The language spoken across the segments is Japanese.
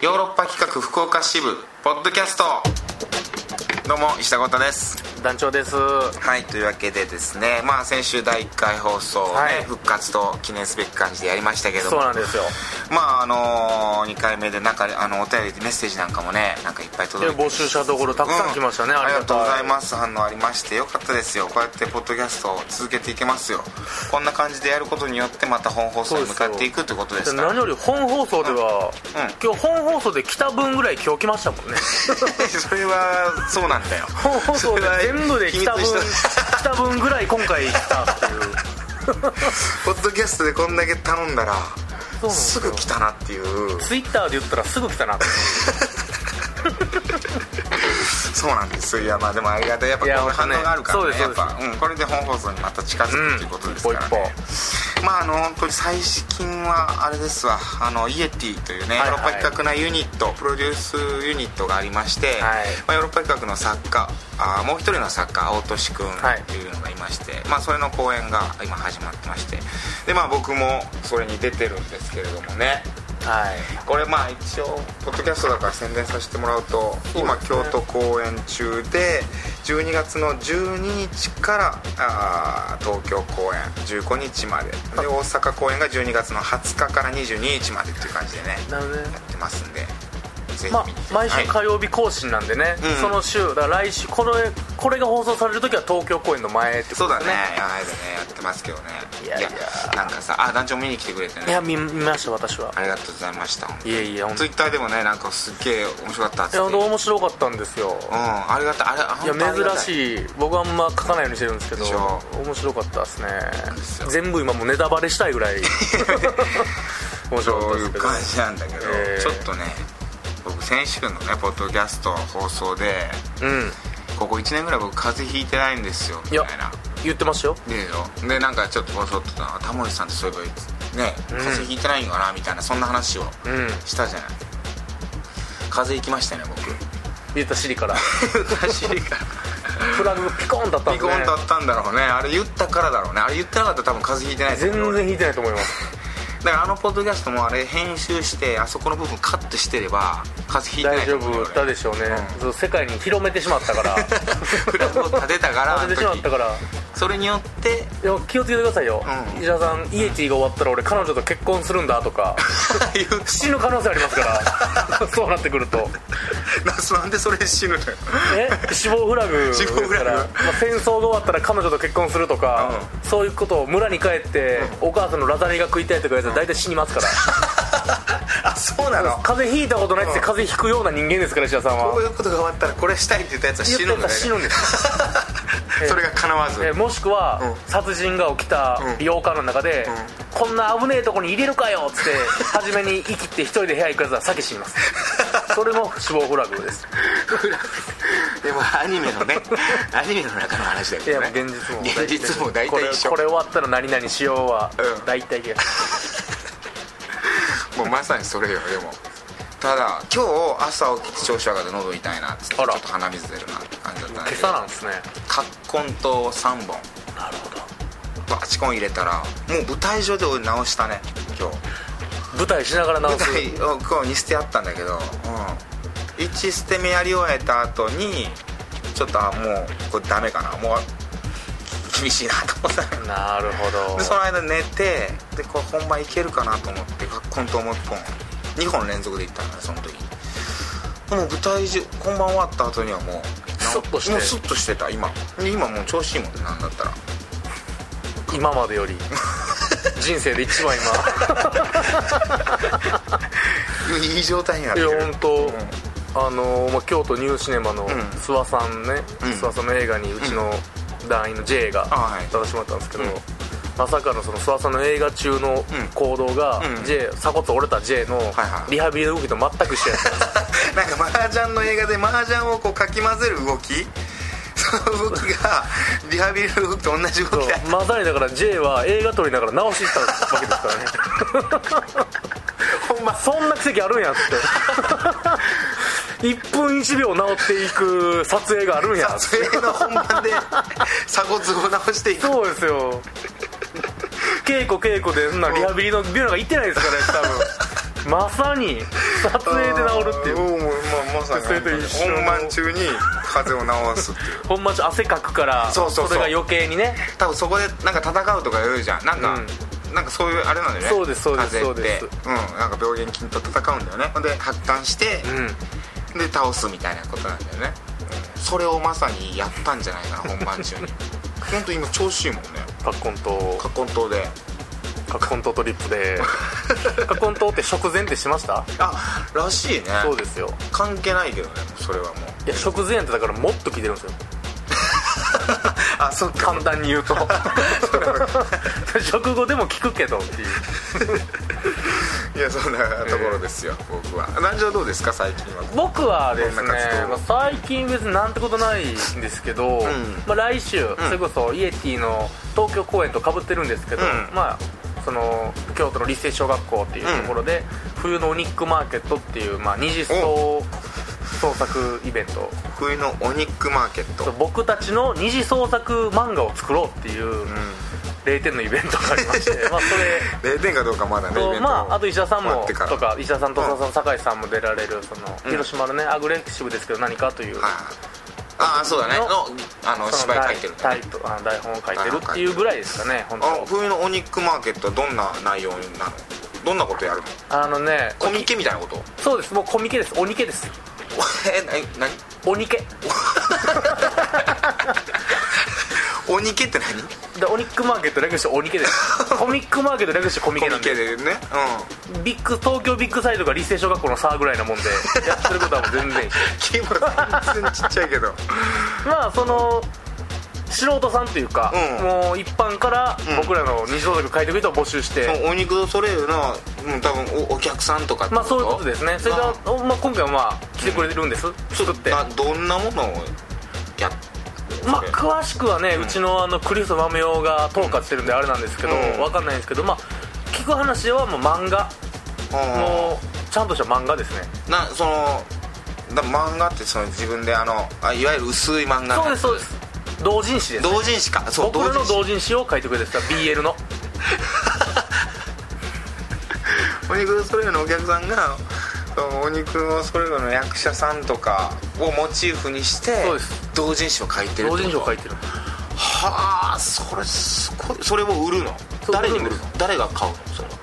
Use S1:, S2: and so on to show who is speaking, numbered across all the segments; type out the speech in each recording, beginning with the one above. S1: ヨーロッパ企画福岡支部ポッドキャストどうも石田豪太です
S2: 団長です
S1: はいというわけでですねまあ先週第1回放送、ね
S2: はい
S1: 復活と記念すべき感じでやりましたけども
S2: そうなんですよ
S1: まああのー、2回目でなんかあのお便りでメッセージなんかもねなんかいっぱい
S2: で
S1: 届いて
S2: 募集したところたくさん来ました
S1: う
S2: ね、
S1: んあ
S2: あ
S1: り
S2: り
S1: が
S2: が
S1: と
S2: と
S1: う
S2: う
S1: ございます反応ありましてよかったですよこうやってポッドキャストを続けていけますよこんな感じでやることによってまた本放送に向かっていくってことですから
S2: 何より本放送では、
S1: うん
S2: 今日本放送で来た分ぐらい今日来ましたもん ね
S1: それはそうなんだよ
S2: 本放送で 全部で来た分
S1: それは秘密にし
S2: 来た分ぐらい今回来たっていう
S1: ポッドキャストでこんだけ頼んだら
S2: そうなんです
S1: すぐ来たなっていう
S2: ツイッターで言ったらすぐ来たなって
S1: そうなんですよいやまあでもありがたいやっぱ
S2: いや
S1: こういう反応
S2: 本当ね
S1: があるから
S2: そ
S1: ね
S2: うです
S1: やっぱ、うん、これで本放送にまた近づくっていうことですからね、
S2: うん一
S1: まああの本当に最近はあれですわあのイエティというね、
S2: はいは
S1: ヨ
S2: い
S1: ーロッパ企画なユニットプロデュースユニットがありまして、
S2: はい
S1: まあ、ヨーロッパ企画の作家あーもう一人の作家青俊君
S2: はい
S1: というのがいまして、まあそれの公演が今始まってましてでまあ僕もそれに出てるんですけれどもね
S2: はい
S1: これまあ一応ポッドキャストだから宣伝させてもらうと今京都公演中で12月の12日からあー東京公演15日までで大阪公演が12月の20日から22日までっていう感じでね
S2: なるほどね
S1: やってますんでぜひ
S2: まあ
S1: 見に来て、
S2: 毎
S1: は
S2: 週
S1: い
S2: 火曜日更新なんでね、
S1: うん
S2: その週だから来週これこれが放送される時は東京公演の前ってこ
S1: そう
S2: と
S1: だ
S2: です
S1: ね
S2: ね
S1: はいでねやってますけどね
S2: いやいや
S1: なんかさあ団長見に来てくれて
S2: い
S1: ね
S2: や見見ました私は
S1: ありがとうございました
S2: いえいえ本当
S1: ツイ
S2: に
S1: ッターでもねなんかすっげえ面白かったっつ
S2: い
S1: っ
S2: や
S1: て
S2: 本当面白かったんですよ
S1: うんありがたいあれあ
S2: いや珍
S1: い
S2: しい僕はあんま書かないようにしてるんですけど
S1: でしょ
S2: 面白かったですね
S1: ですよ
S2: 全部今もうネタバレしたいぐ らい
S1: そういう
S2: 面白かったですけど
S1: 感じなんだけど、
S2: えー
S1: ちょっとね僕先週のねポッドキャスト放送で
S2: うん
S1: ここ1年ぐらい僕風邪ひいてないんですよみたいな
S2: 言ってましたよ
S1: でよでなんかちょっとボソッとなタモリさんってそういえばね風邪ひいてないのかなみたいなそんな話を
S2: うん
S1: したじゃない、風邪ひきましたね僕
S2: 言ったシリから
S1: 走りから
S2: フラグピコーンだったん
S1: ピ
S2: で
S1: コ
S2: す
S1: ー
S2: ね
S1: ンとあったんだろうねあれ言ったからだろうねあれ言ってなかったら多分風邪ひいてないと
S2: 全
S1: 思うよ俺
S2: 然引いてないと思います
S1: だからあのポッドキャストもあれ編集してあそこの部分カットしてれば風邪ひいてな
S2: 大
S1: いと
S2: 丈
S1: 思うよ
S2: 夫
S1: 俺
S2: だでしょうね、そう世界に広めてしまったから
S1: フラグを立てた からあの
S2: 立ててしまっ
S1: 時
S2: たから
S1: それによって
S2: いや気をつけてくださいよ、
S1: うん
S2: 石田さんイエティが終わったら俺彼女と結婚するんだ とか
S1: 言うし
S2: 死ぬ可能性ありますか らそうなってくると
S1: ななんでそれ死ぬのよ
S2: え死亡フラグ
S1: 死亡フラグ
S2: だからまあ、戦争が終わったら彼女と結婚するとか、そういうことを村に帰って、お母さんのラザニが食いたいとか言ったら大体死にま すから、
S1: あそうなの
S2: 風邪ひいたことないっつって風邪ひくような人間ですから石田さん
S1: こう
S2: は
S1: いうことが終わったらこれしたいって言ったやつは死ぬんだ
S2: 言ってたら
S1: よ
S2: 死ぬんです
S1: それが叶わず
S2: えもしくは、
S1: う
S2: 殺人が起きた8日の中で、こんな危ねえとこに入れるかよっつって初めに生きて一人で部屋行くやつは先死に ますそれも死亡フラグです
S1: でもアニメのねアニメの中の話だ
S2: い
S1: け
S2: や
S1: ど
S2: もう
S1: ね
S2: 現実も
S1: 現実も大
S2: これ
S1: 体一緒
S2: これ終わったら何々しようは、
S1: うん
S2: 大体いや
S1: もうまさにそれよでもただ今日朝起きて調子上がって喉痛いなっつってちょ
S2: あ
S1: っ
S2: ら
S1: と鼻水出るなって感じだったんだ
S2: 今
S1: け
S2: 朝
S1: ど
S2: なんですね
S1: 葛根と3本
S2: なるほど
S1: バチコン入れたらもう舞台上で俺直したね今日
S2: 舞台しながら直
S1: 舞
S2: す
S1: 台を今日に捨てあったんだけど、うん、1捨て目やり終えた後にちょっとあもうこれダメかなもう厳しいなと思った の
S2: なるほど
S1: でその間寝てでこれ本番いけるかなと思ってコントもう一本2本連続でいったんだその時もう舞台中本番終わった後にはもう
S2: スッとして
S1: もうスッとしてた今で今もう調子いいもんねなんだったら
S2: 今ま でより人生で一番今
S1: いい状態にな って
S2: い
S1: る
S2: や本当、あのまあ、京都ニューシネマの
S1: ん
S2: 諏訪さんね、
S1: うん
S2: 諏訪さんの映画にうちの団員の J が
S1: あはい
S2: 出させてもらったんですけど、
S1: うん
S2: まさかのその諏訪さんの映画中の行動が、
S1: うん
S2: J 鎖骨折れた J の
S1: はい
S2: リハビリの動きと全く一緒やった
S1: なんか麻雀の映画で麻雀をこうかき混ぜる動き その動きがリハビリの動きと同じ動
S2: そう
S1: きだ
S2: まさにだから J は映画撮りながら直していったわけですからね ほんまそんな奇跡あるんや って1分1秒直っていく撮影があるんや
S1: 撮影の本番で 鎖骨を直していく
S2: そうですよ稽古稽古でそんなリハビリのビューなんか行ってないですからねまさに撮影で治るっていう
S1: うんもうまあまさに
S2: それと一緒の
S1: 本番中に風邪を治すっていう
S2: ほんまちょ汗かくから
S1: そうそうそう
S2: れが余計にね
S1: 多分そこでなんか戦うとか言うじゃんなんか、なんかそういうあれなんだよね
S2: そうですそうです
S1: 風邪って
S2: そうで
S1: うんなんか病原菌と戦うんだよねほんで発汗して
S2: う、ん
S1: で倒すみたいなことなんだよね、うんそれをまさにやったんじゃ ないかな本番中に本当今調子いいもんね
S2: カッコンと
S1: カコン島で
S2: カッコンとトリップ でカッコンとって食前ってしました
S1: あらしいね
S2: そうですよ
S1: 関係ないけどねそれはもう
S2: いや食前ってだからもっと効いてるんですよ
S1: あそっか
S2: 簡単に言うと 食後でも効くけどっていう
S1: いやそんなところですよ、僕は南條どうですか最近は
S2: 僕はです
S1: どん
S2: ね
S1: な活動、
S2: まあ最近別になんてことないんですけど、まあ、来週、それこそイエティの東京公演とかぶってるんですけど、
S1: うん
S2: まあその京都の立成小学校っていうところで、冬のオニックマーケットっていう、まあ、二次創創作イベント
S1: 冬のお肉マーケット
S2: そう僕たちの二次創作漫画を作ろうっていう0点のイベントがありまして、まあ、それ
S1: 0点かどうかまだねイベン
S2: と
S1: ト
S2: まあ、あと石田さん
S1: 終わ
S2: も
S1: ってから
S2: とか石田さんと
S1: うん
S2: 戸田さん酒井さんも出られるその、
S1: うん
S2: 広島のねアグレッシブですけど何かという、
S1: あああそうだねの
S2: の
S1: あの
S2: そ
S1: 芝
S2: の
S1: 居書いてるんだ
S2: 台
S1: ね
S2: 台とあ台本を書いてるっていうぐらいですかね本当
S1: あ冬のお肉マーケットはどんな内容なのどんなことやるの
S2: あのね
S1: コミケみたいなこと
S2: そうですもうコミケです鬼ケです
S1: えな何
S2: 鬼ケ
S1: お肉って何
S2: でオニックマーケット略して鬼ケです コミックマーケット略してコミ
S1: コ
S2: ケ
S1: ミ
S2: なん
S1: ケ
S2: で
S1: でねうん
S2: ビッグ東京ビッグサイトが立成小学校の差ぐらい なもんでやってることはもう全然一緒
S1: 規模全然ちっちゃいけど
S2: まあその素人さんというか、
S1: うん
S2: もう一般から
S1: うん
S2: 僕らの二次創作書いてく人を募集して、
S1: お肉それよなうん多分おお客さんとかって
S2: ま
S1: こ
S2: あそういうことですねそれが
S1: あ、
S2: おまあ、今回はまあ来てくれてるんです、作って
S1: などんなものをやっ
S2: まあ詳しくはね、うちのあのクリス豆用が統括してるんであれなんですけど、
S1: うん
S2: わかんないんですけどまあ聞く話はもう漫画、
S1: うん
S2: もうちゃんとした漫画ですね
S1: なそのだ漫画ってその自分であのあいわゆる薄い漫画
S2: そうですそうです同人誌です
S1: 同人誌かそう
S2: 僕らの
S1: 誌
S2: 同人誌を書いてくれてた BL の
S1: お肉それぞれのお客さんがそのお肉のそれぞれの役者さんとかをモチーフにして
S2: そうです
S1: 同人誌を書いてるってこと
S2: 同人誌を書いてる
S1: はあそれすごいそれを売るの
S2: そう
S1: 誰に売
S2: 売る
S1: る
S2: ん
S1: の
S2: で
S1: 誰が買うのそれは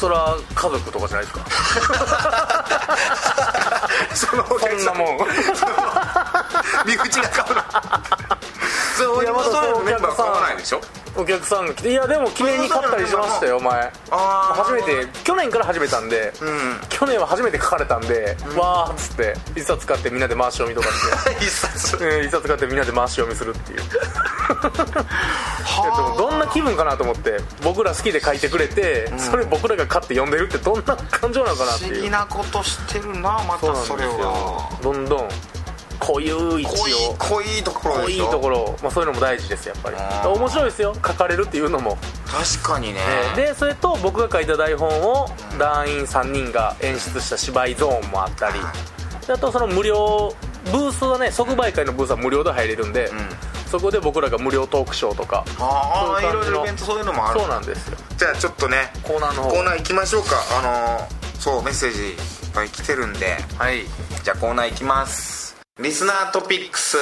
S2: それは家族とかじゃないですか
S1: そのお
S2: そんなもん
S1: 身内が買うのそれお
S2: いやま
S1: 肉
S2: だそ
S1: それぞ
S2: の
S1: れの
S2: お
S1: メン
S2: 客
S1: バー
S2: さん
S1: は買わないでしょ
S2: お客さんが来ていやでも記念に買ったりしましたよ前
S1: あー
S2: 初めて去年から始めたんで、
S1: うん
S2: 去年は初めて書かれたんで、わーっつって一冊買ってみんなで回し読みとかし
S1: 一冊
S2: て、うん、一冊買ってみんなで回し読みするっていうでもどんな気分かなと思って僕ら好きで書いてくれて、それ僕らが買って読んでるってどんな感情なのかなっ
S1: 不
S2: て
S1: 思
S2: い
S1: 議
S2: う
S1: なことしてるなまたそれは
S2: どんどん濃ゆい
S1: 濃い
S2: 血を
S1: 濃いところ
S2: 濃
S1: で
S2: い
S1: しょ
S2: ところを、まあ、そういうのも大事ですやっぱり
S1: あー
S2: 面白いですよ書かれるっていうのも
S1: 確かにね
S2: えーでそれと僕が書いた台本を団員3人が演出した芝居ゾーンもあったりであとその無料ブースはね即売会のブースは無料で入れるんで、そこで僕らが無料トークショーとか
S1: ああ
S2: そう
S1: い
S2: いう
S1: ろ
S2: 感
S1: い
S2: じの
S1: ろイベントそういうのもある
S2: そうなんですよ
S1: じゃあちょっとね
S2: コーナーの方
S1: コーナー行きましょうかあのーそうメッセージいっぱい来てるんで
S2: はい
S1: じゃあコーナー行きますリスナートピックス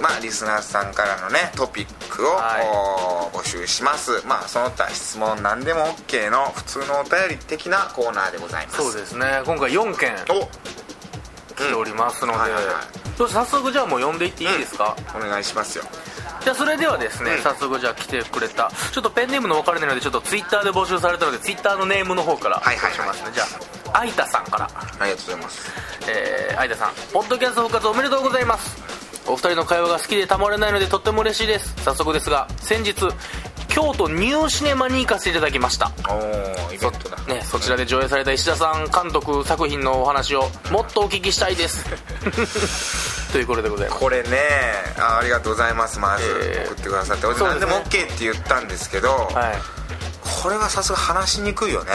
S1: まあリスナーさんからのねトピックを、
S2: はい
S1: おー募集しますまあその他質問何でも OK の普通のお便り的なコーナーでございます
S2: そうですね今回4件
S1: お
S2: 来ておりますので、
S1: はいはいはい
S2: どうし早速じゃあもう読んでいっていいですか、
S1: お願いしますよ
S2: じゃあそれではですね、
S1: うん
S2: 早速じゃあ来てくれたちょっとペンネームの分かれないのでちょっとツイッターで募集されたのでツイッターのネームの方から
S1: はいはいはい
S2: しますね、じゃああいたさんから
S1: ありがとうございます
S2: えー、相田さんポッドキャスト復活おめでとうございますお二人の会話が好きでたまらないのでとっても嬉しいです早速ですが先日京都ニューシネマに行かせていただきました
S1: おおイベントだ
S2: ね、そちらで上映された石田さん監督作品のお話をもっとお聞きしたいですということでございます
S1: これねあありがとうございますまず、
S2: えー
S1: 送ってくださって俺
S2: そう
S1: 何
S2: です
S1: で
S2: ね
S1: も OK って言ったんですけど、
S2: はい
S1: これはさすが話しにくい よね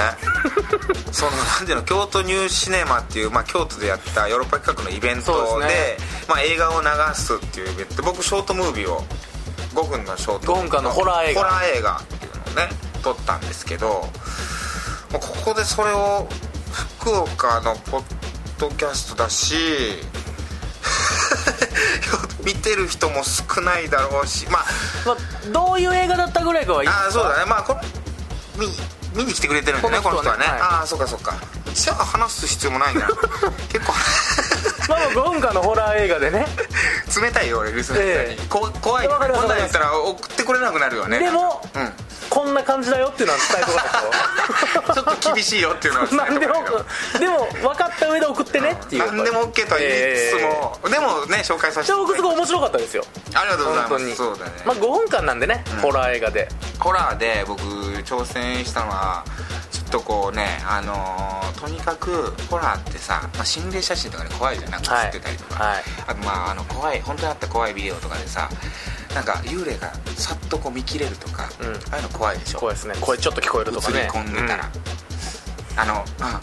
S1: そのなんていうの京都ニューシネマっていう、まあ、京都でやったヨーロッパ企画のイベン
S2: そ
S1: ト
S2: う
S1: で
S2: です
S1: まあ、映画を流すっていうイベントで僕ショートムービーを5分のショート
S2: 5分間のホラー映画
S1: ホラー映画っていうのをね撮ったんですけどもうここでそれを福岡のポッドキャストだし 見てる人も少ないだろうしまあ
S2: まあ、どういう映画だったぐらいかはいい
S1: ああそうだねまあこれ見見に来てくれてるんだねこ
S2: こ
S1: の
S2: の
S1: 人は
S2: 人は
S1: ね
S2: ねはい
S1: ああそうかそうかじゃあ話す必要も ないんだ結構
S2: まあ5分間のホラー映画でね
S1: 冷たいよ俺リスナーさんに
S2: ええ
S1: こ怖い
S2: わかりま
S1: こ
S2: す
S1: んなんやったら送ってくれなくなるよね
S2: でも、
S1: うん
S2: こんな感じだよっていうのは伝えとかない
S1: ちょっと厳しいよっていうの は
S2: と何でも
S1: 伝えとかない
S2: でも分かった上で送ってねっていう
S1: と 何でも OK とは言いつつも、でもね紹介させて
S2: で
S1: いただい
S2: 僕
S1: て
S2: すごい面白かったですよ
S1: ありがとうございま
S2: 本当
S1: す
S2: に
S1: そうだね、
S2: まあ5分間なんでね、ホラー映画で
S1: ホラーで僕挑戦したのはちょっとこうねあのーとにかくホラーってさ、まあ、心霊写真とかで怖いじゃんなんか
S2: は
S1: 映
S2: い
S1: ってたりとか、
S2: はい
S1: あとまああの怖い本当にあった怖いビデオとかでさなんか幽霊がさっとこう見切れるとか、
S2: うん
S1: ああいうの怖いでしょ
S2: こうですね声ちょっと聞こえるとか
S1: 映り
S2: ね
S1: 込んでたら、あのあ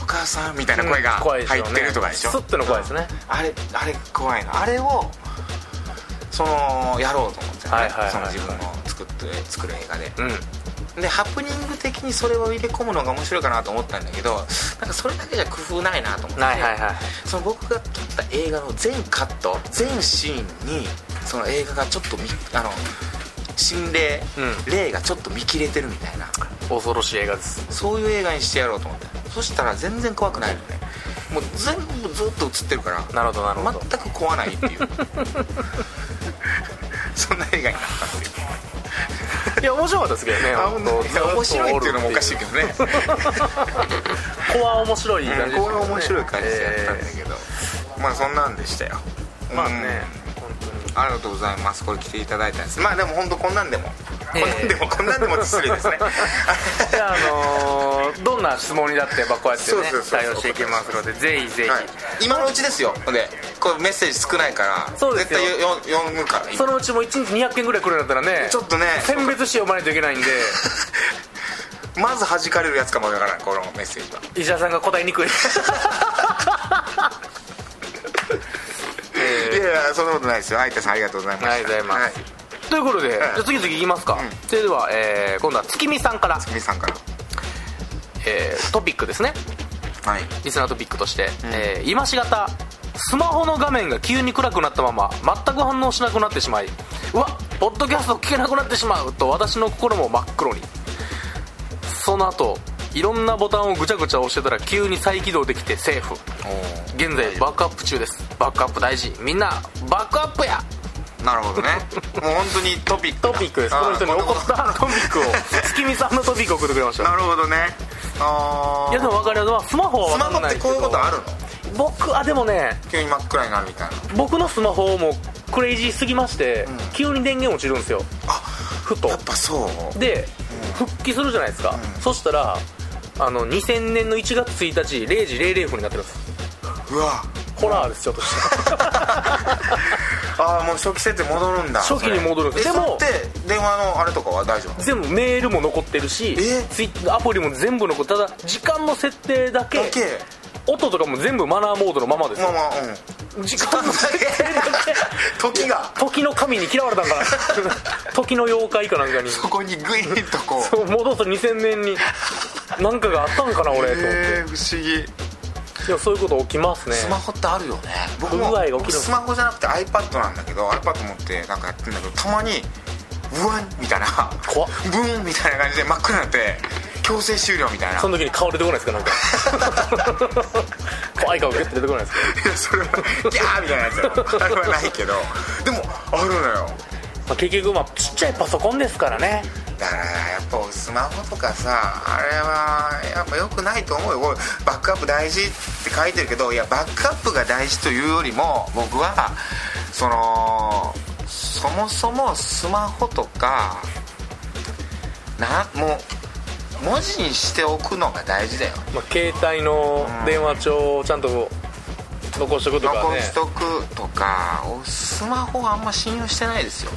S1: お母さんみたいな
S2: うん
S1: 声が
S2: 怖い
S1: 入
S2: ですよね
S1: ってるとかでしょ、
S2: スッての怖いですね
S1: あれあれ怖いのあれをそのやろうと思ってね、
S2: はいはいはい
S1: その自分の作って作る映画で、
S2: うん
S1: でハプニング的にそれを入れ込むのが面白いかなと思ったんだけどなんかそれだけじゃ工夫ないなと思って、
S2: はいはいはい
S1: その僕が撮った映画の全カット全シーンにその映画がちょっとみあの心霊、
S2: う
S1: 霊がちょっと見切れてるみたいな
S2: 恐ろしい映画です
S1: そういう映画にしてやろうと思ってそしたら全然怖くないのねもう全部ずっと映ってるから
S2: なるほどなるほど、
S1: 全く怖ないっていう そんな映画になったっていう
S2: いや面白かったですけどね
S1: あ
S2: 本当
S1: いや面白いっていうのもおかしいけどね
S2: 怖面白い感じでした
S1: こ
S2: ね
S1: こが面白い感じでやったんだけど、まあそんなんでしたよ
S2: えーまあね、本
S1: うんありがとうございますこれ来ていただいたんですまあでも本当こんなんでも、
S2: ええ
S1: こんなんでもこんなんでもって失礼 ですね
S2: 当にじゃああのーどんな質問にだってまあこうやって
S1: そ
S2: ね
S1: うそうそうそう
S2: 対応していきますのでぜひぜひ、
S1: はい、今のうちですよほんでこれメッセージ少ないから
S2: そうですよ
S1: 絶対よよ読むから
S2: そ
S1: 今
S2: のうちもう1日200件ぐらい来るんだったらね
S1: ちょっとね
S2: 選別して読まないといけないんで
S1: まず弾かれるやつかもわからんこのメッセージは
S2: 石田さんが答え にくいえ
S1: い
S2: ー
S1: やいやそんなことないですよ相手さんありがとうございました
S2: ありがとうございます
S1: は
S2: ということで、じゃあ次々いきますか、
S1: うん
S2: それでは、えー今度は月見さんから、
S1: 皆さんから
S2: えートピックですね
S1: はい
S2: リスナートピックとして、えー今しがたスマホの画面が急に暗くなったまま全く反応しなくなってしまいうわポッドキャスト聞けなくなってしまうと私の心も真っ黒にその後いろんなボタンをぐちゃぐちゃ押してたら急に再起動できてセーフ現在バックアップ中ですバックアップ大事みんなバックアップや
S1: なるほ どねもう本当にトピックだ
S2: トピックです
S1: あー
S2: この人に
S1: こ
S2: 怒
S1: んな
S2: っ
S1: こと
S2: たトピックを 月見さんのトピックを送ってくれました
S1: なるほどねあー
S2: いやでも分かるよスマホ
S1: ス
S2: は分
S1: マ
S2: か
S1: ホ
S2: んな
S1: っ
S2: い
S1: て
S2: け
S1: こう
S2: ど
S1: いうことあるの
S2: 僕あでもね
S1: 急に真っ暗になるみたいな
S2: 僕のスマホもクレイジーすぎまして、
S1: ん
S2: 急に電源落ちるんですよ
S1: あ
S2: ふと
S1: やっぱそう
S2: で復帰するじゃないですか、
S1: うん
S2: そしたらあの2000年の1月1日0時00分になってるんです
S1: うわ
S2: ホラーですよとして
S1: ああもう初期設定戻るんだ
S2: 初期に戻るんです
S1: で
S2: で
S1: も
S2: も
S1: って電話のあれとかは大丈夫
S2: 全部メールも残ってるし
S1: え
S2: ツイッアプリも全部残ってただ時間の設定だけ
S1: だけ
S2: 音とかも全部マナーモードのままです
S1: まあ
S2: よ
S1: まあうん
S2: 時間の設定だけ
S1: 時が
S2: 時の神に嫌われたんかな 時の妖怪かな んかに
S1: ここにグイッとこう
S2: そう戻すと2000年に何かがあったんかな俺と思って
S1: えー不思議
S2: いやそういうこと起きますね
S1: スマホってあるよね僕も
S2: 不具合が起きるんです
S1: スマホじゃなくて iPad なんだけど iPad 持ってなんかやってんだけどたまにブワンみたいな
S2: 怖っ
S1: ブーンみたいな感じで真っ暗になって強制終了みたいな
S2: その時に顔出てこないですかなん か怖い顔グッて出てこないですか
S1: いや それはギャーみたいなやつよあれはないけどでもあるのよ
S2: まあ、結局まあちっちゃいパソコンですからね
S1: だからやっぱスマホとかさあれはやっぱ良くないと思うよこれバックアップ大事って書いてるけどいやバックアップが大事というよりも僕はそのそもそもスマホとかなもう文字にしておくのが大事だよ
S2: まあ、携帯の電話帳をちゃんと残しておくとか
S1: 残
S2: ね
S1: しとくとかスマホはあんま信用してないですよ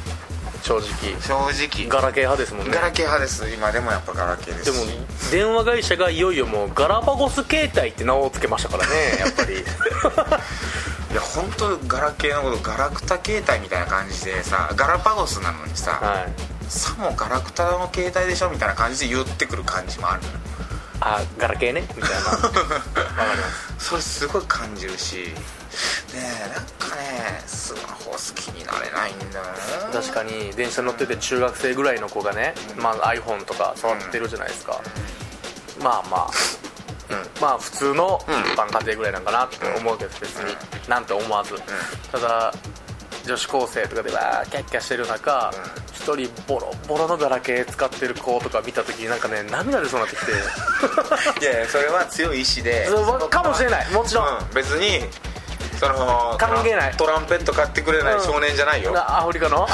S2: 正直
S1: 正直
S2: ガラケー派ですもんね
S1: ガラケー派です今でもやっぱガラケーです
S2: でも電話会社がいよいよもうガラパゴス携帯って名を付けましたからねやっぱ り
S1: いや本当ガラケーのことガラクタ携帯みたいな感じでさガラパゴスなのにさ、
S2: はい
S1: さもガラクタの携帯でしょみたいな感じで言ってくる感じもあるのよ
S2: あガラケーねみたいなわかります
S1: それすごい感じるしねえなんかねスマホ好きになれないんだよな
S2: 確かに電車乗ってて中学生ぐらいの子がね、まあ、iPhone とか触ってるじゃないですか、まあまあまあ普通の一般家庭ぐらいなんかなって思うけど別になんて思わずただ女子高生とかでわーキャッキャしてる中一人ボロボロのガラケー使ってる子とか見た時になんかね涙出そうになってきて
S1: いやいやそれは強い意志で
S2: そうかもしれないもちろん
S1: うん別にその
S2: 関係ない
S1: トランペット買ってくれない少年じゃないよ、
S2: なアフリカ の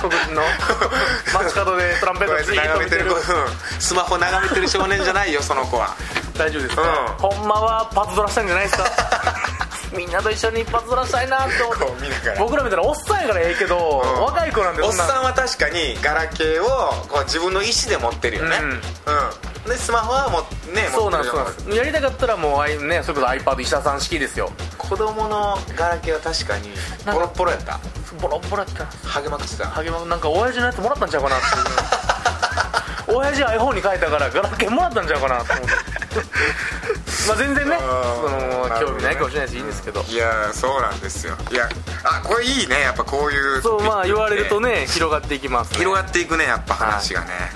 S2: 黒人の街角でトランペッ
S1: こう
S2: ト
S1: やっ
S2: ず
S1: て
S2: ーっと
S1: 眺め
S2: 見
S1: て
S2: て
S1: る
S2: る
S1: 子うんスマホ眺めてる少年じゃないよその子は
S2: 大丈夫ですか、ほんまはパズドラしたんじゃない ですかみんなと一緒にパズドラしたいなと思
S1: こ
S2: っ
S1: う
S2: て
S1: 見ながら
S2: 僕らみたいなおっさんやからええけど、
S1: うん
S2: 若い子なんで
S1: おっ
S2: そんな
S1: さんは確かにガラケーをこう自分の意思で持ってるよね
S2: うん
S1: うん、でスマホはもうね
S2: そう
S1: 持って
S2: な
S1: る
S2: ん
S1: じ
S2: です
S1: ゃ
S2: そうなんですやりたかったらもうあいねそれこそ iPad 石田さん式ですよ
S1: 子供のガラケーは確かに
S2: なんか
S1: ボロッボロやった
S2: ボロボロやってた
S1: ハゲまくってた
S2: 励まなんか親父のやつもらったんちゃうかなっていう親父 iPhone に書いたからガラケーもらったんちゃうかなと 思ってまあ全然ね
S1: あ
S2: そ
S1: ー
S2: の興味ないかもしれないしいいんですけど
S1: いやーそうなんですよいやあこれいいねやっぱこういう
S2: そうまあ言われる と
S1: ね
S2: ね広がっていきますね
S1: 広がっていくねやっぱ話がね、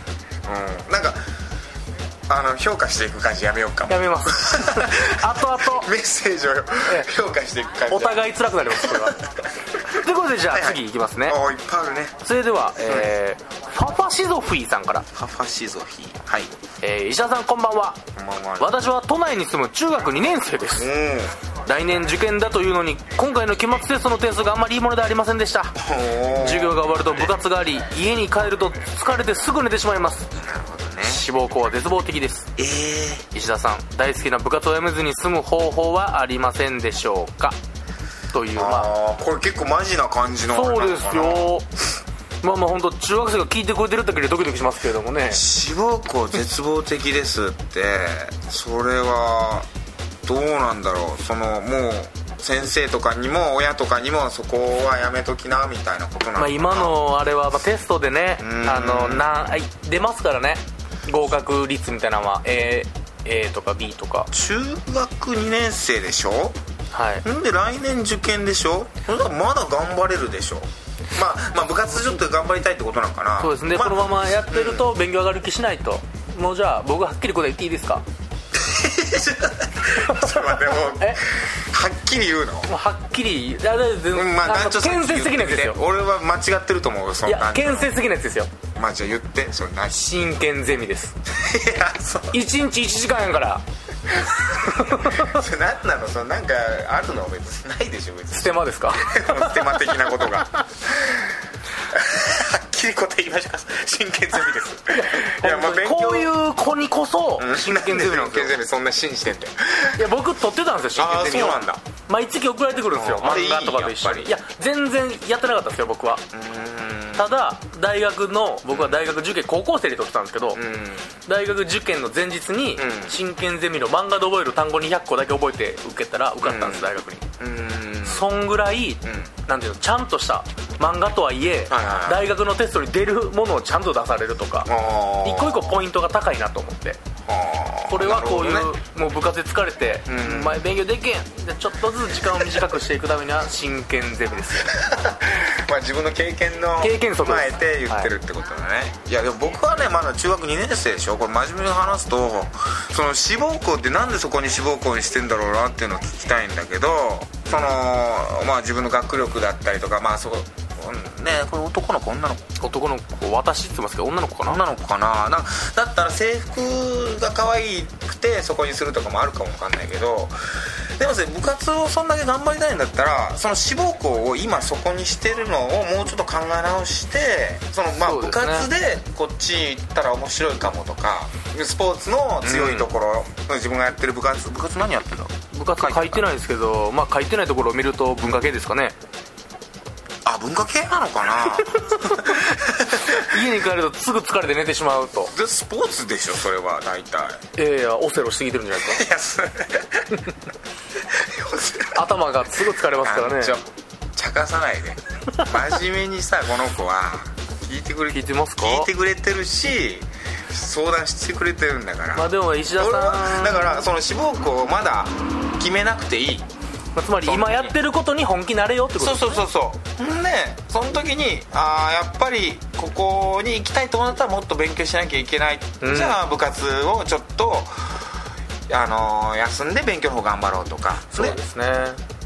S1: うんなんかあの評価していく感じやめようかも
S2: やめます 後々
S1: メッセージを
S2: ええ
S1: 評価していく感じ
S2: お互い辛くなります これはということでじゃあ次いきますね
S1: おーいっぱいあるね
S2: それでは、えーファファシゾフィーさんから、
S1: ハファシゾフィはい
S2: えー石田さんこんばんは
S1: こんばんは
S2: 私は都内に住む中学2年生です
S1: うん
S2: 来年受験だというのに今回の期末テストの点数があんまりいいものではありませんでした
S1: おー
S2: 授業が終わると部活があり家に帰ると疲れてすぐ寝てしまいます
S1: なるほどね
S2: 志望校は絶望的です
S1: え
S2: 石田さん大好きな部活をやめずに済む方法はありませんでしょうかという
S1: え
S2: まあ
S1: あーこれ結構マジな感じの
S2: そうです
S1: あれなのかな
S2: よまあまあ本当中学生が聞いてくれてるだけでドキドキしますけれどもね
S1: 志望校絶望的ですってそれはどうなんだろうそのもう先生とかにも親とかにもそこはやめときなみたいなことなのかな
S2: まあ今のあれはまあテストでね
S1: ん
S2: あのなんはい出ますからね合格率みたいなのは A, A とか B とか
S1: 中学2年生でしょ
S2: はい
S1: んで来年受験でしょそれはまだ頑張れるでしょまあまあ部活ちょっと頑張りたいってことなのかな
S2: そうです ね
S1: まあ
S2: このままやってると勉強上がる気しないともうじゃあ僕はっきり答え言っていいですか
S1: ちょっと待ってもう
S2: え
S1: はっきり言うの
S2: もうはっきりいやだって
S1: うんまあ
S2: あの
S1: 団長さん
S2: 建設的なやつですよ
S1: 俺は間違ってると思うそ
S2: い
S1: ん
S2: や
S1: な
S2: 建設的なやつですよ
S1: まあじゃあ言ってそれ何い
S2: 真剣ゼミです
S1: やそ
S2: 1日1時間やんから
S1: それ何なのそのなんかあるの別にないでしょ別に
S2: ステマですか
S1: ステマ的なことが はっきり答え言いましょうか真剣ゼミですいやまあ勉強
S2: こういう子にこそ真剣ゼミなんですよ
S1: 真剣ゼミそんな信じてんだよ
S2: いや僕撮ってたんですよ真剣ゼミを
S1: あーそうなんだ
S2: 毎月送られてくるんですよ
S1: あれいい
S2: 漫画とかと一緒にい
S1: や
S2: や全然やってなかったんですよ僕はただ大学の僕は大学受験高校生で撮ってたんですけど大学受験の前日に
S1: ん
S2: 真剣ゼミの漫画で覚える単語200個だけ覚えて受けたら受かったんです大学に
S1: うんうん
S2: そんぐらいなんていうのちゃんとした漫画とはいえ
S1: はいはいはい
S2: 大学のテストに出るものをちゃんと出されるとか
S1: あー
S2: 一個一個ポイントが高いなと思って
S1: あー
S2: これはこういう、
S1: なるほどね
S2: もう部活で疲れて、
S1: うん
S2: 前勉強できへんでちょっとずつ時間を短くしていくためには真剣ゼミですよ
S1: まあ自分の経験の
S2: 経験則
S1: 踏
S2: です
S1: まえて言ってるってことだね、い、やでも僕はねまだ中学2年生でしょこれ真面目に話すとその志望校ってなんでそこに志望校にしてんだろうなっていうのを聞きたいんだけどそのまあ自分の学力だったりとかまあそこうんねこれ男の子女の子
S2: 男の子私って言ってますけど女の子かな
S1: 女の子かななんだったら制服が可愛くてそこにするとかもあるかもわかんないけどでもそれ部活をそんだけ頑張りたいんだったらその志望校を今そこにしてるのをもうちょっと考え直してそのまあ
S2: そう
S1: 部
S2: ですね
S1: 活でこっち行ったら面白いかもとかスポーツの強いところ、自分がやってる部活部活何やってんだ
S2: 部活書いてないですけど、まあ、書いてないところを見ると文化系ですかね
S1: あ文化系なのかな
S2: 家に帰るとすぐ疲れて寝てしまうと
S1: でスポーツでしょそれは大体
S2: いやいやオセロしてきてるんじゃないです
S1: いやそ れ
S2: か頭がすぐ疲れますからね
S1: ちょ茶化さ ないで真面目にさこの子は聞いてくれ
S2: 聞いてますか
S1: 聞いてくれてるし相談してくれてるんだから、
S2: まあでも石田さん
S1: 俺はだからその志望校をまだ決めなくていい
S2: まあつまり今やってることに本気なれよってこと
S1: そうそうそうそうほんでその時にああやっぱりここに行きたいと思ったらもっと勉強しなきゃいけない、
S2: うん
S1: じゃあ部活をちょっとあのー休んで勉強の方頑張ろうとか
S2: そうですね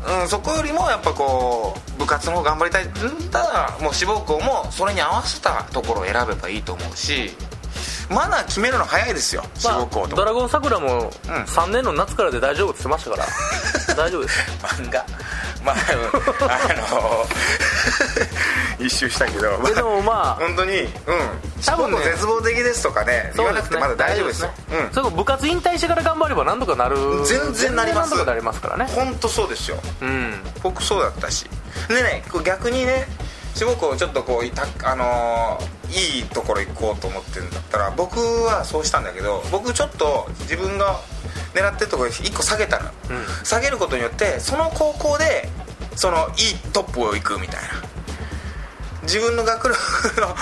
S1: うん、そこよりもやっぱこう部活の方頑張りたいんだらもう志望校もそれに合わせたところを選べばいいと思うしマナー決めるの早いですよ志
S2: ま
S1: 望
S2: あ
S1: 校と
S2: ド
S1: か、
S2: ラゴン桜も3年の夏からで大丈夫って言ってましたから大丈夫です
S1: 漫画まああの 一周したけど、ま
S2: えでもまあ
S1: 本当にうん
S2: 多
S1: 多
S2: 分
S1: 分、
S2: ね
S1: ね、絶望的ですとかね言わなくてまだ大丈夫ですよ
S2: ねそれこそ部活引退してから頑張ればなんとかなる
S1: うん、全然なります
S2: 全然なんとかなりますからね
S1: 本当そうですよ
S2: うん
S1: 僕そうだったしでねこう逆にね志望校ちょっとこういた、あのーいいところ行こうと思ってるんだったら僕はそうしたんだけど僕ちょっと自分が狙ってるところ1個下げたの、
S2: ん
S1: 下げることによってその高校でそのいいトップを行くみたいな自分の学力の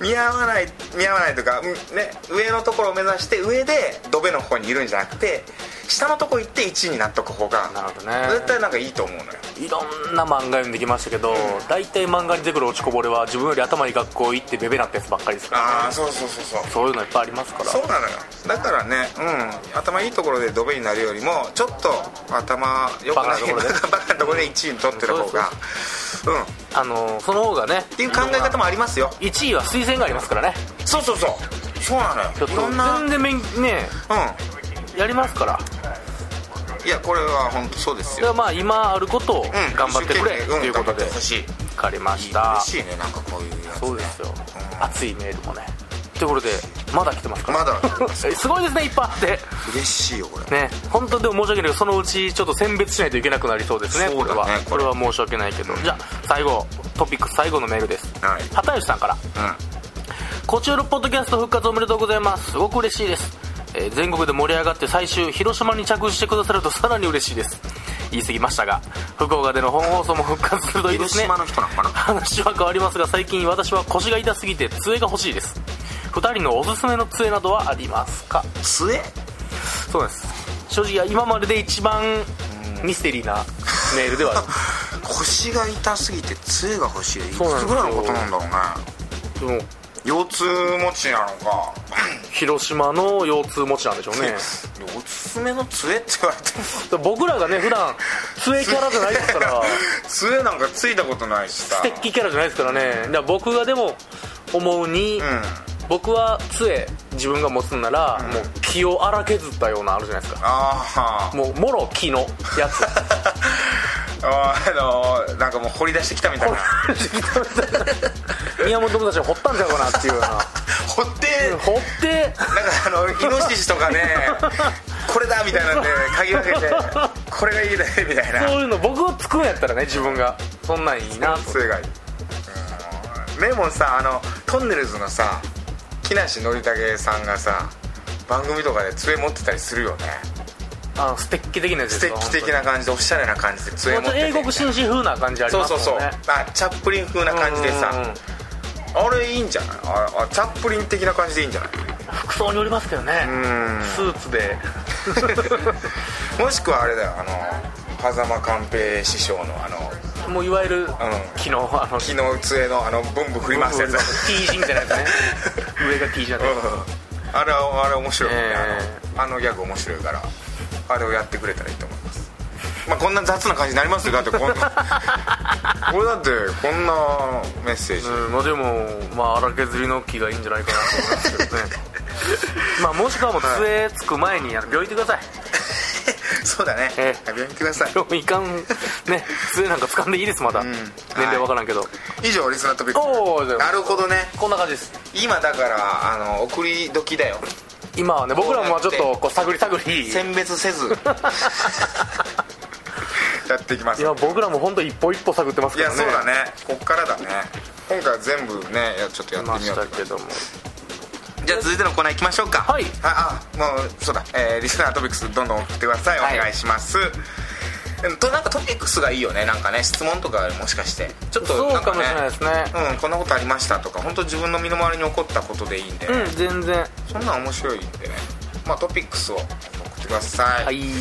S1: 見合わない見合わないとか、うんね、上のところを目指して上でドベの方にいるんじゃなくて下のとこ行って1位になっとく方が
S2: なるほどね
S1: 絶対なんかいいと思うのよ
S2: いろんな漫画読んできましたけど、大体漫画に出てくる落ちこぼれは自分より頭に学校行ってベベなったやつばっかりですから
S1: ああそうそうそうそう
S2: そういうのいっぱいありますから
S1: そうなのよだからね、うん、頭いいところでドベになるよりもちょっと頭よく
S2: バカ
S1: な
S2: ないところ で
S1: バカなところで1位に取ってる方がうんっ
S2: あのその方がね
S1: ていう考え方もありますよ
S2: 1位は推薦がありますからね
S1: そうそうそうそうなのよ
S2: ちょっ
S1: い
S2: と
S1: ろんなうん
S2: 全然めんねやりますから
S1: いやこれは本当そうで
S2: そ
S1: す
S2: れ
S1: よ
S2: はまあ今あることを
S1: うん
S2: 頑張ってくれ
S1: 一生懸
S2: と
S1: 命
S2: いうことで
S1: うん頑張ってほしい
S2: 分かりま
S1: いい
S2: した
S1: 嬉しいねなんかこういうやつ
S2: そうですよ
S1: うん
S2: 熱いメールもねということでまだ来てますから
S1: ま だ来てます
S2: えすごいですねいっぱいあって
S1: 嬉しいよこれ
S2: ね本当でも申し訳ないけどそのうちちょっと選別しないといけなくなりそうですね
S1: そうだね
S2: これはこ
S1: こ
S2: れ
S1: れ
S2: は申し訳ないけどじゃあ最後トピックス最後のメールです
S1: はい
S2: 畑吉さんから「こちらのポッドキャスト復活おめでとうございますすごく嬉しいです」えー全国で盛り上がって最終広島に着地してくださるとさらに嬉しいです言い過ぎましたが福岡での本放送も復活すると
S1: うん
S2: いいです
S1: 広
S2: ね
S1: 島の人なのかな
S2: 話は変わりますが最近私は腰が痛すぎて杖が欲しいです2人のおすすめの杖などはありますか
S1: 杖
S2: そうです正直今までで一番ミステリーなメールではある
S1: 腰が痛すぎて杖が欲しいいく
S2: そうなんですよ
S1: つぐらいのことなんだろうね
S2: でも
S1: 腰痛持ちなのか
S2: 広島の腰痛持ちなんでしょうね
S1: おすすめの杖って言われても
S2: 僕らがね普段杖キャラじゃないですから
S1: 杖なんかついたことないしさ
S2: ステッキキャラじゃないですからねだから僕がでも思うに、
S1: うん
S2: 僕は杖自分が持つんなら、もう気を荒削ったようなあるじゃないですか
S1: あー
S2: もうもろ木のやつ
S1: あーあのーなんかもう掘り出してきたみたいな
S2: 宮本武蔵が掘ったんちゃうかなっていうような
S1: 掘って
S2: 掘って
S1: なんかあのイノシシとかね これだみたいなんで鍵分けてこれがいいねみたいな
S2: そういうの僕を作るんやったらね自分がそんなんいいなと
S1: 杖がいいうんでもさあのトンネルズのさ木梨憲武さんがさ番組とかで杖持ってたりするよね
S2: あのステッキ的なやつ
S1: ス
S2: です
S1: テ
S2: よ
S1: ッキ的な感じでおしゃれな感じで杖
S2: 本
S1: 持っ
S2: 当
S1: て
S2: にもうちょ
S1: て
S2: っと英国紳士風な感じあり
S1: そう
S2: ます
S1: そ
S2: も
S1: うん
S2: ね
S1: そうあチャップリン風な感じで
S2: うんうんう
S1: さ
S2: ん
S1: あれいいんじゃないああチャップリン的な感じでいいんじゃない
S2: 服装によりますけどねスーツで
S1: もしくはあれだよあの風間寛平師匠のあの
S2: もういわゆる昨日あの
S1: 木の杖のあのブンブン振り回すや つ
S2: T 字みたいなやつね上が T 字なんで
S1: うんあれはあれ面白いよね、
S2: え
S1: あのあのギャグ面白いからあれをやってくれたらいいと思いますまあこんな雑な感じになりますよだってこん なこれだってこんなメッセー ジ、
S2: うんまあでもまあ荒削りの木がいいんじゃないかなと思いますけ どねまあもしくはもう杖つく前にあの病院行ってください
S1: そうだね、
S2: ええ
S1: 病院行ってください
S2: 病院行かんね杖なんか掴んでいいですまだ、
S1: ん
S2: 年齢わからんけど、
S1: 以上リスナートピッ
S2: お
S1: ク
S2: ー
S1: なるほどね
S2: こんな感じです
S1: 今だからあの送り時だよ
S2: 今はね僕らもちょっとこう探り探り
S1: 選別せ ずやっていきます
S2: 今僕らも本当一歩一歩探ってます
S1: いや
S2: からね
S1: そうだねこっからだね今回は全部ねいやちょっとやって
S2: ま
S1: み
S2: し
S1: よう
S2: た
S1: と
S2: けども
S1: じゃあ続いてのコーナー行きましょうか
S2: はい
S1: ああもうそうだ、えーリスナートピックスどんどん送ってくださいお
S2: はい
S1: 願いします、うんとなんかトピックスがいいよねなんかね質問とかもしかしてちょっと
S2: そ
S1: な
S2: うんか
S1: か
S2: もしれな
S1: ね
S2: いですね
S1: うんこんなことありましたとか本当自分の身の回りに起こったことでいいんで、
S2: うん全然
S1: そんなん面白いんでね、まあ、トピックスを送ってください、
S2: はい
S1: じ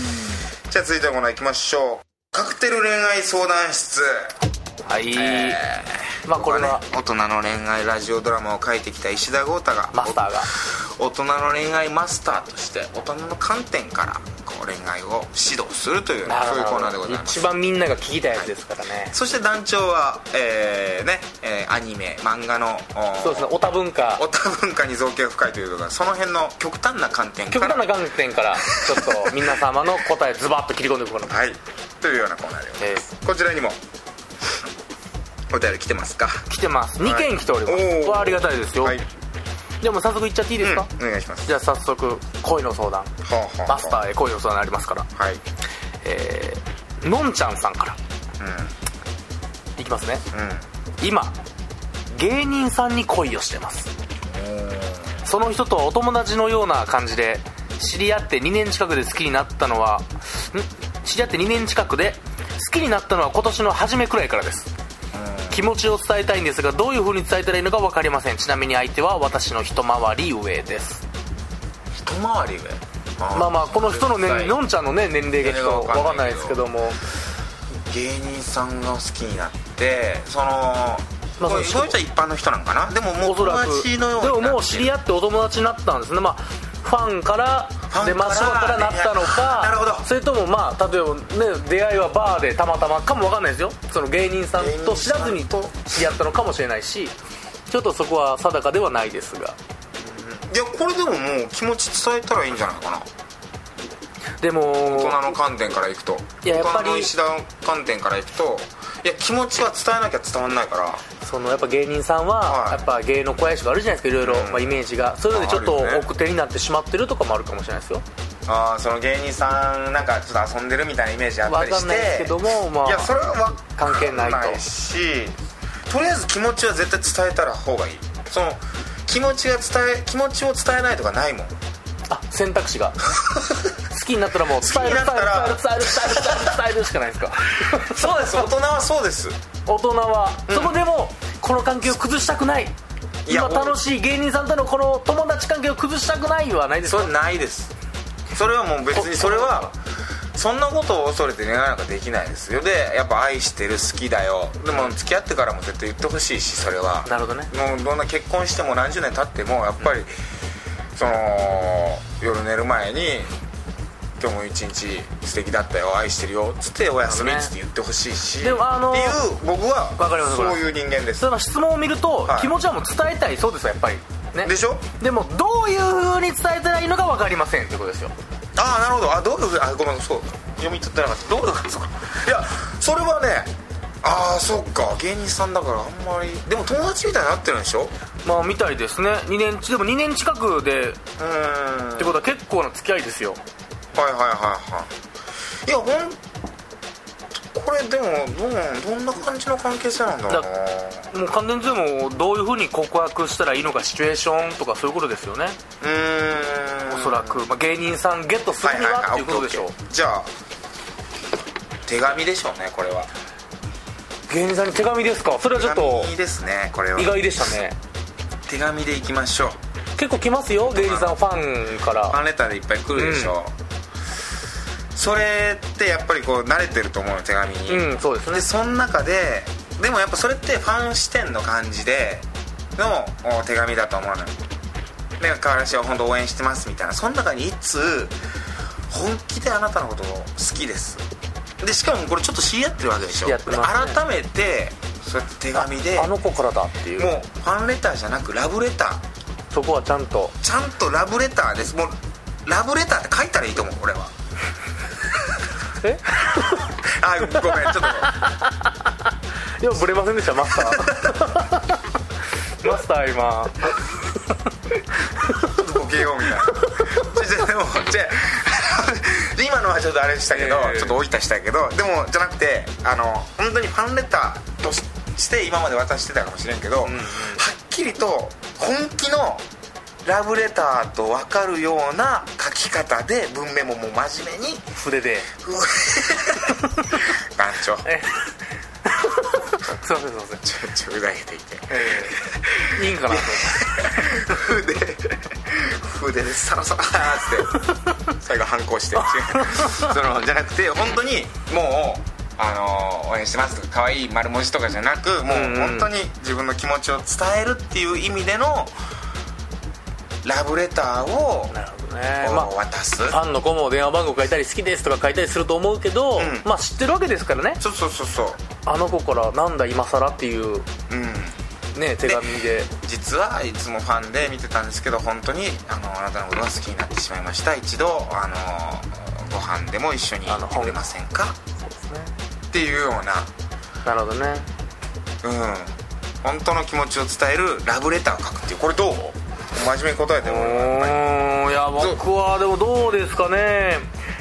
S1: ゃあ続いてのコーナーいきましょうカクテル恋愛相談室
S2: はい、まあこれは
S1: ね大人の恋愛ラジオドラマを書いてきた石田豪太が
S2: マスターが
S1: お大人の恋愛マスターとして大人の観点からこう恋愛を指導するというね
S2: なる
S1: そういうコーナーで
S2: ほ
S1: ご
S2: ど
S1: ざいます
S2: 一番みんなが聞きたいやつですからね、
S1: そして団長は、えーねえーアニメ漫画のお
S2: そうですねオタ文化
S1: オタ文化に造形が深いというかその辺の極端な観点か
S2: 極
S1: ら
S2: 端な観点からちょっと皆様の答えズバッと切り込んでいくこの
S1: はいというようなコーナーでござい
S2: え
S1: ますこちらにもお便り来てますか
S2: ー来てます2件来ております、
S1: おー
S2: これありがたいですよ、
S1: はい、
S2: でも早速いっちゃっていいですか、
S1: うんお願いします
S2: じゃあ早速恋の相談
S1: はあはあはあ
S2: マスターへ恋の相談ありますから
S1: はい
S2: えー、のんちゃんさんからいきますね今芸人さんに恋をしてますその人とはお友達のような感じで知り合って2年近くで好きになったのはん知り合って2年近くで好きになったのは今年の初めくらいからです気持ちを伝えたいんですがどういう風に伝えたらいいのか分かりませんちなみに相手は私の一回り上です
S1: うん一回り上
S2: まあまあこの人の
S1: は
S2: 年
S1: い
S2: のんちゃんのね年齢がちょっと分かんないですけども
S1: 芸人さんが好きになってその
S2: まあ
S1: これ
S2: そ
S1: そうういう人は一般の人なんかなでもも
S2: お
S1: う
S2: そ
S1: 友
S2: らく
S1: 達のように
S2: で
S1: なって
S2: ももう知り合ってお友達になったんですねまあファンから
S1: ァン
S2: で
S1: から
S2: 真っ白からなったのか
S1: なるほど
S2: それともまあ例えばね出会いはバーでたまたまかもわかんないですよその芸人さんと知らずに
S1: 芸人さんと
S2: 知り合ったのかもしれないしちょっとそこは定かではないですが
S1: いやこれでももう気持ち伝えたらいいんじゃないかな
S2: でも
S1: 大人の観点からいくと
S2: いややっぱ
S1: 大
S2: り
S1: 人の石田の観点からいくといや気持ちは伝えなきゃ伝わんないから
S2: そのやっぱ芸人さんは
S1: はい
S2: やっぱ芸能肥やしがあるじゃないですかいろいろまあイメージがそういうのでちょっと
S1: ああるよね
S2: 奥手になってしまってるとかもあるかもしれないですよ
S1: ああその芸人さんなんかちょっと遊んでるみたいなイメージあった
S2: わ
S1: りして
S2: かんないですけどもまあ
S1: いやそれはわ
S2: 関係ないと
S1: かんしとりあえず気持ちは絶対伝えたら方がいいその気持ちが伝え気持ちを伝えないとかないもん
S2: あ選択肢が好きになったらもう伝える
S1: 好きになっ
S2: 伝
S1: たら
S2: える伝える伝える伝える伝える伝えるしかないですかそうです
S1: 大人はそうです
S2: 大人は、そこでもこの関係を崩したくない
S1: いや
S2: 今楽しい芸人さんとのこの友達関係を崩したくないはないです
S1: そ
S2: か
S1: れはないですそれはもう別にそれはそんなことを恐れて願いなんかできないですよでやっぱ愛してる好きだよでも付き合ってからも絶対言ってほしいしそれは
S2: なるほどね
S1: もうどんな結婚しても何十年経ってもやっぱり、その夜寝る前に「今日も一日素敵だったよ愛してるよ」っつって「おやすみ」っ
S2: なるほどね
S1: つって言ってほしいし、
S2: でもあの
S1: っていう僕は
S2: わかります
S1: そういう人間です
S2: その質問を見ると、
S1: はい
S2: 気持ちはもう伝えたいそうですよやっぱりね
S1: でしょ
S2: でもどういう風に伝えたらいいのか分かりませんってことですよ
S1: ああなるほどあどういうふうあごめんそう読み取ってなかったどういうふうそうかいやそれはねああそっか芸人さんだからあんまりでも友達みたいになってるんでしょう
S2: まあみたいですね2年でも2年近くでっ
S1: ーんはい
S2: てことは結構な付き合いですよ
S1: はいはいはいいやほんこれでもどうどんな感じの関係性なんだろうな
S2: だもう完全にでもどういうふうに告白したらいいのかシチュエーションとかそういうことですよね
S1: うーん
S2: おそらく、まあ、芸人さんゲットす
S1: は
S2: る
S1: い
S2: に
S1: はい
S2: はっ
S1: は
S2: て
S1: い
S2: いうことでしょう
S1: オッケーオッケーじゃあ手紙でしょうねこれは
S2: 芸人さんに手紙ですかそれはちょっと
S1: 手紙ですねこれは
S2: 意外でしたね
S1: 手紙でいきましょう
S2: 結構来ますよ芸人さんファンか
S1: ファ
S2: ら
S1: ンレターでいっぱい来るでしょ、それってやっぱりこう慣れてると思うの手紙に、
S2: うんそうですね
S1: でその中ででもやっぱそれってファン視点の感じでのお手紙だと思うのよで河原氏は本当応援してますみたいなその中にいつ本気であなたのことを好きですでしかもこれちょっと知り合ってるわけでしょ
S2: 知り合ってますね
S1: で改めてそうやって手紙で
S2: あ
S1: も
S2: の子からだっていう
S1: うファンレターじゃなくラブレター
S2: そこはちゃんと
S1: ちゃんとラブレターですもうラブレターって書いたらいいと思う俺は
S2: え
S1: あごめんちょっと
S2: いやブレませんでしたマスタ ーマスター今
S1: ちょっとボケようみたいなちょちょでもちょ今のはちょっとあれしたけど、
S2: ええ
S1: ちょっと追い足したけどでもじゃなくてあの本当にファンレターとしして今まで渡してたかもしれんけど、
S2: んうん
S1: はっきりと本気のラブレターと分かるような書き方で文面ももう真面目に
S2: 筆で
S1: う わ 団長
S2: えすいませんすいません
S1: ちょちょふざけていて
S2: えーいいんかなと思って
S1: 筆風でねサラサラーって最後反抗して そのじゃなくて本当にもうあの応援してますとか可愛い丸文字とかじゃなくも
S2: んう
S1: うん本当に自分の気持ちを伝えるっていう意味でのラブレターを
S2: なるほどねまあ
S1: 渡す、
S2: ファンの子も電話番号書いたり好きですとか書いたりすると思うけど、
S1: ん
S2: まあ知ってるわけですからね
S1: そうそうそうそう
S2: あの子からなんだ今更っていう
S1: うん
S2: ね手紙で
S1: 実はいつもファンで見てたんですけど本当にあのあなたのことが好きになってしまいました一度あのご飯でも一緒に
S2: あの
S1: 来れませんか
S2: そうですね
S1: っていうような
S2: なるほどね
S1: うん本当の気持ちを伝えるラブレターを書くっていうこれどう真面目に答えて
S2: う
S1: も
S2: ーんいや
S1: そう
S2: 僕はでもどうですかね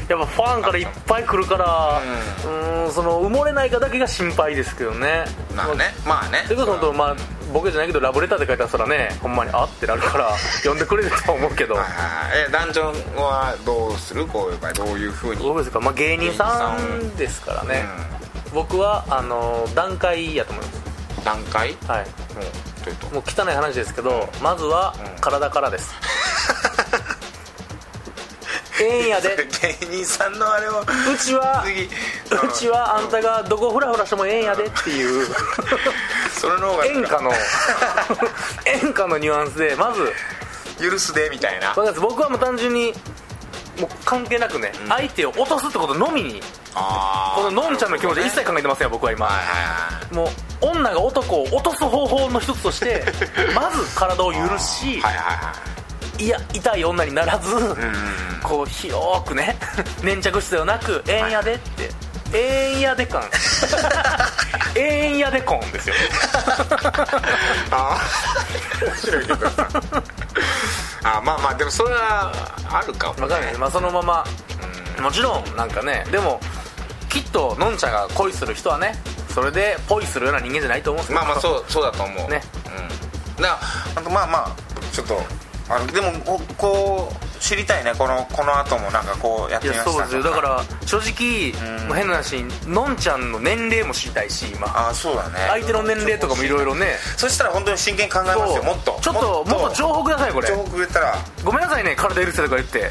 S2: やっぱファンからいっぱい来るからうーんその埋もれないかだけが心配ですけどね
S1: まあねまあね
S2: それこそ本当まあ僕じゃないけどラブレターで書いたらそらねほんまにあってな るから呼んでくれるとは思うけど
S1: はいはいはいえ男女はどうするこういう場合どういうふうに
S2: どうですか、まあ、芸人さんですからね、僕はあの段階やと思います
S1: うん段階
S2: はい
S1: もうちょっと
S2: もう汚い話ですけどまずは
S1: うん
S2: 体からです、ええんやで
S1: 芸人さんのあれを
S2: うちは
S1: 次
S2: うちはあんたがどこフラフラしてもええんやでっていう
S1: それの方が
S2: 演歌の 演歌のニュアンスでまず
S1: 許すでみたいな
S2: わかります僕はもう単純にもう関係なくね、相手を落とすってことのみに
S1: あー
S2: こののんちゃんの気持ちは一切考えてませんよ僕は今、
S1: はいはいはい
S2: もう女が男を落とす方法の一つとして まず体を許し、
S1: はいはいはい
S2: い、や痛い女にならず、
S1: うん
S2: こう広くね 粘着質ではなく「ええんやで」って「ええんや で感」「ええんやで婚」ですよ
S1: あー 面白いけどさあーまあまあでもそれはあるかも
S2: わかんない、まあ、そのままもちろんなんかねでもきっとのんちゃんが恋する人はねそれで恋するような人間じゃないと思うんですけど
S1: まあまあ そうそうだと思う
S2: ね
S1: うんだからあとまあまあちょっとあのでもここう知りたいねこのこの後もなんかこうやっ
S2: い
S1: てみま
S2: や
S1: した
S2: そうですよだから正直、
S1: うん
S2: もう変な話のんちゃんの年齢も知りたいし今
S1: ああそうだね
S2: 相手の年齢とかもいろいろね
S1: そしたら本当に真剣に考えますよもっと
S2: ちょっともっと情報くださいこれ
S1: 情報くれたら
S2: ごめんなさいね体許せとか言って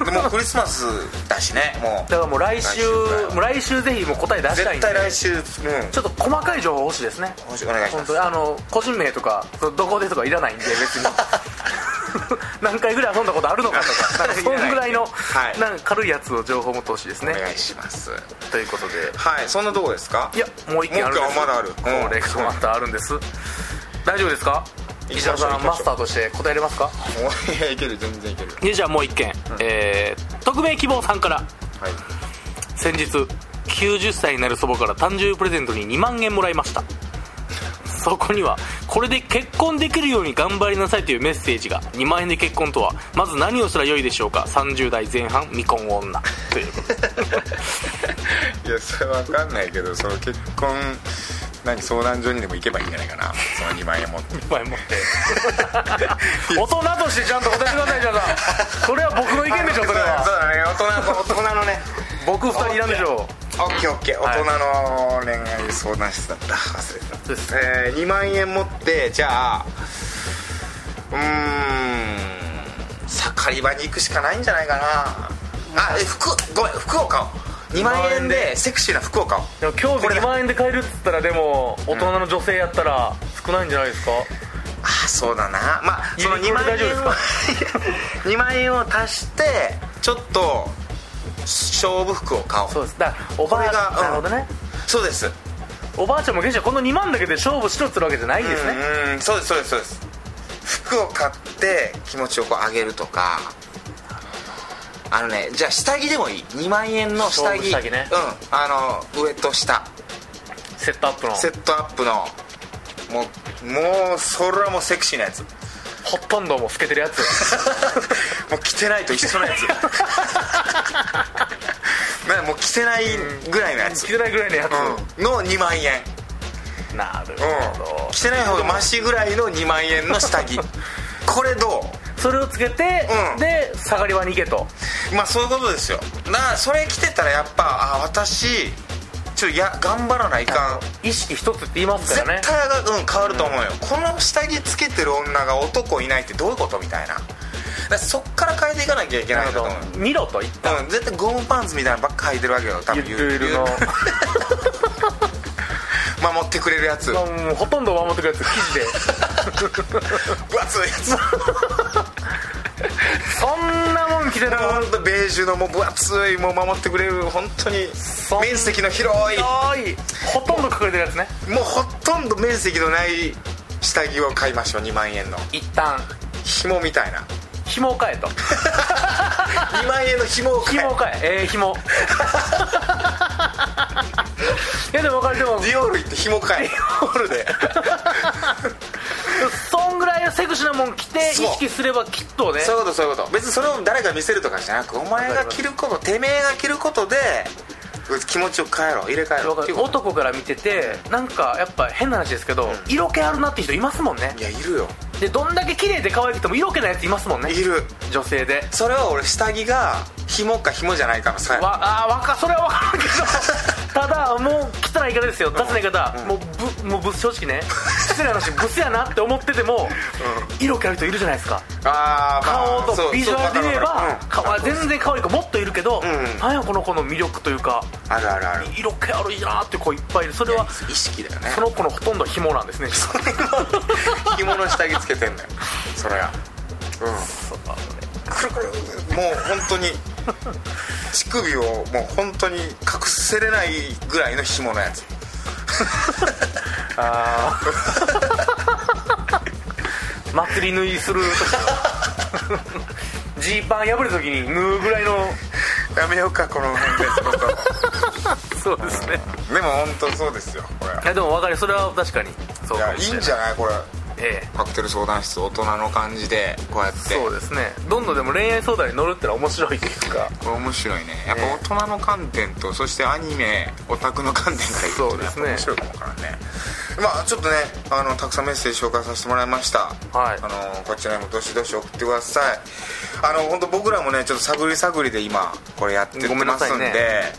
S1: うんでもクリスマスだしね も
S2: だからもう来週
S1: 来週ぐらいは
S2: もう来週ぜひもう答え出
S1: う
S2: したい
S1: 絶
S2: んで
S1: 対来週うん
S2: ちょっと細かい情報欲しいですね
S1: もしお願いします
S2: 本当にあの個人名とかそのどこでとかいらないんで別に 何回ぐらい遊んだことあるのかと かなんかそんぐらいの
S1: はい
S2: なんか軽いやつを情報持ってほしいです
S1: お
S2: ね
S1: 願いします
S2: ということで
S1: はいそんなとこですか
S2: いやもう一件あるんです
S1: もう一件あまだあるうん
S2: こ れがまたあるんです大丈夫ですか
S1: 行き
S2: 石
S1: ま
S2: 田
S1: しょう
S2: さ
S1: 行
S2: ん
S1: きましょう
S2: マスターとして答えれますか
S1: おいやいける全然いける
S2: でじゃあもう一件、えー、匿名希望さんから
S1: はい
S2: 先日90歳になる祖母から誕生日プレゼントに2万円もらいましたそこにはこれで結婚できるように頑張りなさいというメッセージが2万円で結婚とはまず何をしたらよいでしょうか30代前半未婚女という ことで
S1: いやそれわかんないけどその結婚何相談所にでも行けばいいんじゃないかなその2万円持って
S2: 前もって大人としてちゃんと答えてくださいじゃあそれは僕の意見でしょそれ
S1: そう
S2: は
S1: だね大人の大人のね
S2: 僕2人いらんでしょ
S1: オッケーオッケー
S2: はい
S1: 大人の恋愛相談室だった忘れてた
S2: そうです
S1: えー、2万円持ってじゃあうーん盛り場に行くしかないんじゃないかなあえ服ごめん服を買おう2万円でセクシーな服を買おう
S2: でも今日
S1: これ
S2: で2
S1: だ
S2: 万円で買えるっつったらでも大人の女性やったら少ないんじゃないですか、
S1: あそうだなまあその
S2: 指
S1: 2万
S2: これ大丈
S1: 円 を2万円を足してちょっと勝負服を買おう
S2: そうですだからおばあちゃ
S1: これ
S2: ん
S1: がうん
S2: なるほどね
S1: そうです
S2: おばあちゃんも現はこの2万だけで勝負しろっつってるわけじゃないんですね、
S1: うんうんそうですそうですそうです服を買って気持ちをこう上げるとかあのねじゃあ下着でもいい2万円の下
S2: 勝負
S1: 着
S2: 下着ね
S1: うんあの上と下
S2: セットアップの
S1: セットアップのもうもうそれはもうセクシーなやつも
S2: ほとんどもう透けてる やつ
S1: う着てないと一緒 のやつねもう着てないぐらいのやつ、
S2: 着てないぐらいのや
S1: うん、の2万円
S2: つ、なる
S1: うん着てない方がマシぐらいの2万円の下 着これどう
S2: それをつけて、
S1: うん
S2: で下がり場に行けと
S1: まあそういうことですよだからそれ着てたらやっぱあ私ちょっとや頑張らないかん
S2: 意識一つって言います
S1: 絶
S2: からね
S1: 対が、うん、変わると思うよ、この下着つけてる女が男いないってどういうことみたいなからそっから変えていかなきゃいけないんだと思う
S2: 見ろと言った
S1: うん、絶対ゴムパンツみたいなのばっか履いてるわけよ多
S2: ゆ
S1: 分
S2: るゆるの
S1: 守ってくれるやつ分
S2: まあもうほとんど守ってるやつ生地で
S1: 厚いやつ
S2: そんなもん着てる
S1: 本当ベージュのもう分厚いもう守ってくれる本当に
S2: ん
S1: 面積の広い
S2: おいほとんど隠れてるやつね
S1: もうほとんど面積のない下着を買いましょう2万円の
S2: 一旦
S1: 紐みたいな
S2: 紐を変えと
S1: 2万円の紐を買え
S2: 紐を変 えええ紐いやでも分かるでも
S1: ディオール行って紐買え
S2: ホールでそんぐらいのセクシーなもん着て意
S1: そう
S2: 識すればきっとね
S1: そういうことそういうこと別にそれを誰が見せるとかじゃなくお前が着ることてめえが着ることで気持ちを変えろ入れ替えろっていうこと
S2: 男から見ててなんかやっぱ変な話ですけど、色気あるなって人いますもんね
S1: いやいるよ
S2: でどんだけ綺麗で可愛くても色気なやついますもんね
S1: いる
S2: 女性で
S1: それは俺下着が紐か紐じゃないかのさ
S2: わあーわかそれは 分かるけどただもう汚い言い方ですよ雑な言い方、もうぶもうぶ正直ね失礼な話ブスやなって思ってても、色気ある人いるじゃないですか
S1: あーまあ
S2: 顔
S1: そ
S2: と
S1: う
S2: ビジュアルで言え
S1: そう
S2: ば
S1: わかるわかる
S2: かわ全然可愛い子もっといるけど、
S1: ん
S2: なんやこの子の魅力というか
S1: うんあるあるある
S2: 色気あるいなーって子いっぱいいるそれは
S1: 意識だよね
S2: その子のほとんど紐なんですね実は
S1: 紐の下着つけてんだよそりゃうんくるくるもう本当に乳首をもう本当に隠せれないぐらいの紐のやつ
S2: 祭り縫いする時ジーパン破る時に縫うぐらいの
S1: やめようかこの辺でちょっ と
S2: そうですね
S1: でも本当そうですよこれ
S2: いやでも分かるそれは確かにそう
S1: い
S2: か
S1: や
S2: も
S1: い
S2: し
S1: い
S2: れなんい
S1: じゃないこれ
S2: ええ
S1: カクテル相談室大人の感じでこうやって
S2: そうですねどんどんでも恋愛相談に乗るってのは面白いというか
S1: これ面白いねやっぱ大人の観点と、そしてアニメオタクの観点から言う
S2: そ
S1: と、
S2: う
S1: ね、
S2: で
S1: やっ
S2: す
S1: ぱ
S2: ね
S1: 面白いと思うからねまあちょっとねあのたくさんメッセージ紹介させてもらいました、
S2: はい
S1: あのこちらにもどしどし送ってくださいあの本当僕らもねちょっと探り探りで今これやってって
S2: ごめんな
S1: ま
S2: さ
S1: す
S2: い
S1: んで
S2: ね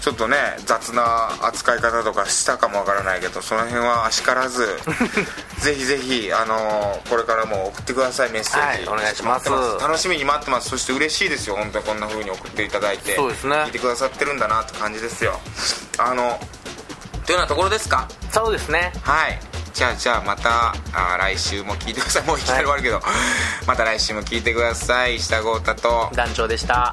S1: ちょっとね雑な扱い方とかしたかもわからないけどその辺はあしから ずぜひぜひあのこれからも送ってくださいメッセージ、
S2: はいお願いします
S1: 待って楽しみに待ってますそして嬉しいですよ本当にこんな風に送っていただいて
S2: そうですね
S1: 聞いてくださってるんだなって感じですよあのというようなところですか
S2: そうですね
S1: はいじゃあじゃあまたあー来週も聞いてくださいもういきなり終わるけど、また来週も聞いてください下郷太と
S2: 団長でした